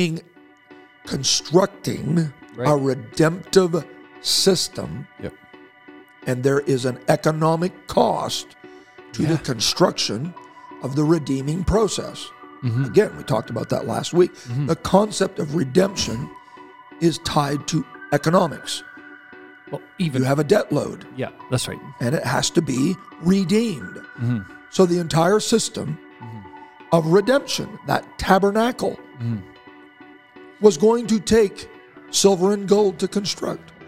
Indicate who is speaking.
Speaker 1: being constructing a
Speaker 2: Right.
Speaker 1: redemptive system,
Speaker 2: Yep.
Speaker 1: and there is an economic cost to
Speaker 2: Yeah.
Speaker 1: the construction of the redeeming process.
Speaker 2: Mm-hmm.
Speaker 1: Again, we talked about that last week. The concept of redemption is tied to economics.
Speaker 2: Well,
Speaker 1: You
Speaker 2: even
Speaker 1: have a debt load,
Speaker 2: yeah, that's right.
Speaker 1: and it has to be redeemed. So the entire system of redemption, that tabernacle, was going to take silver and gold to construct.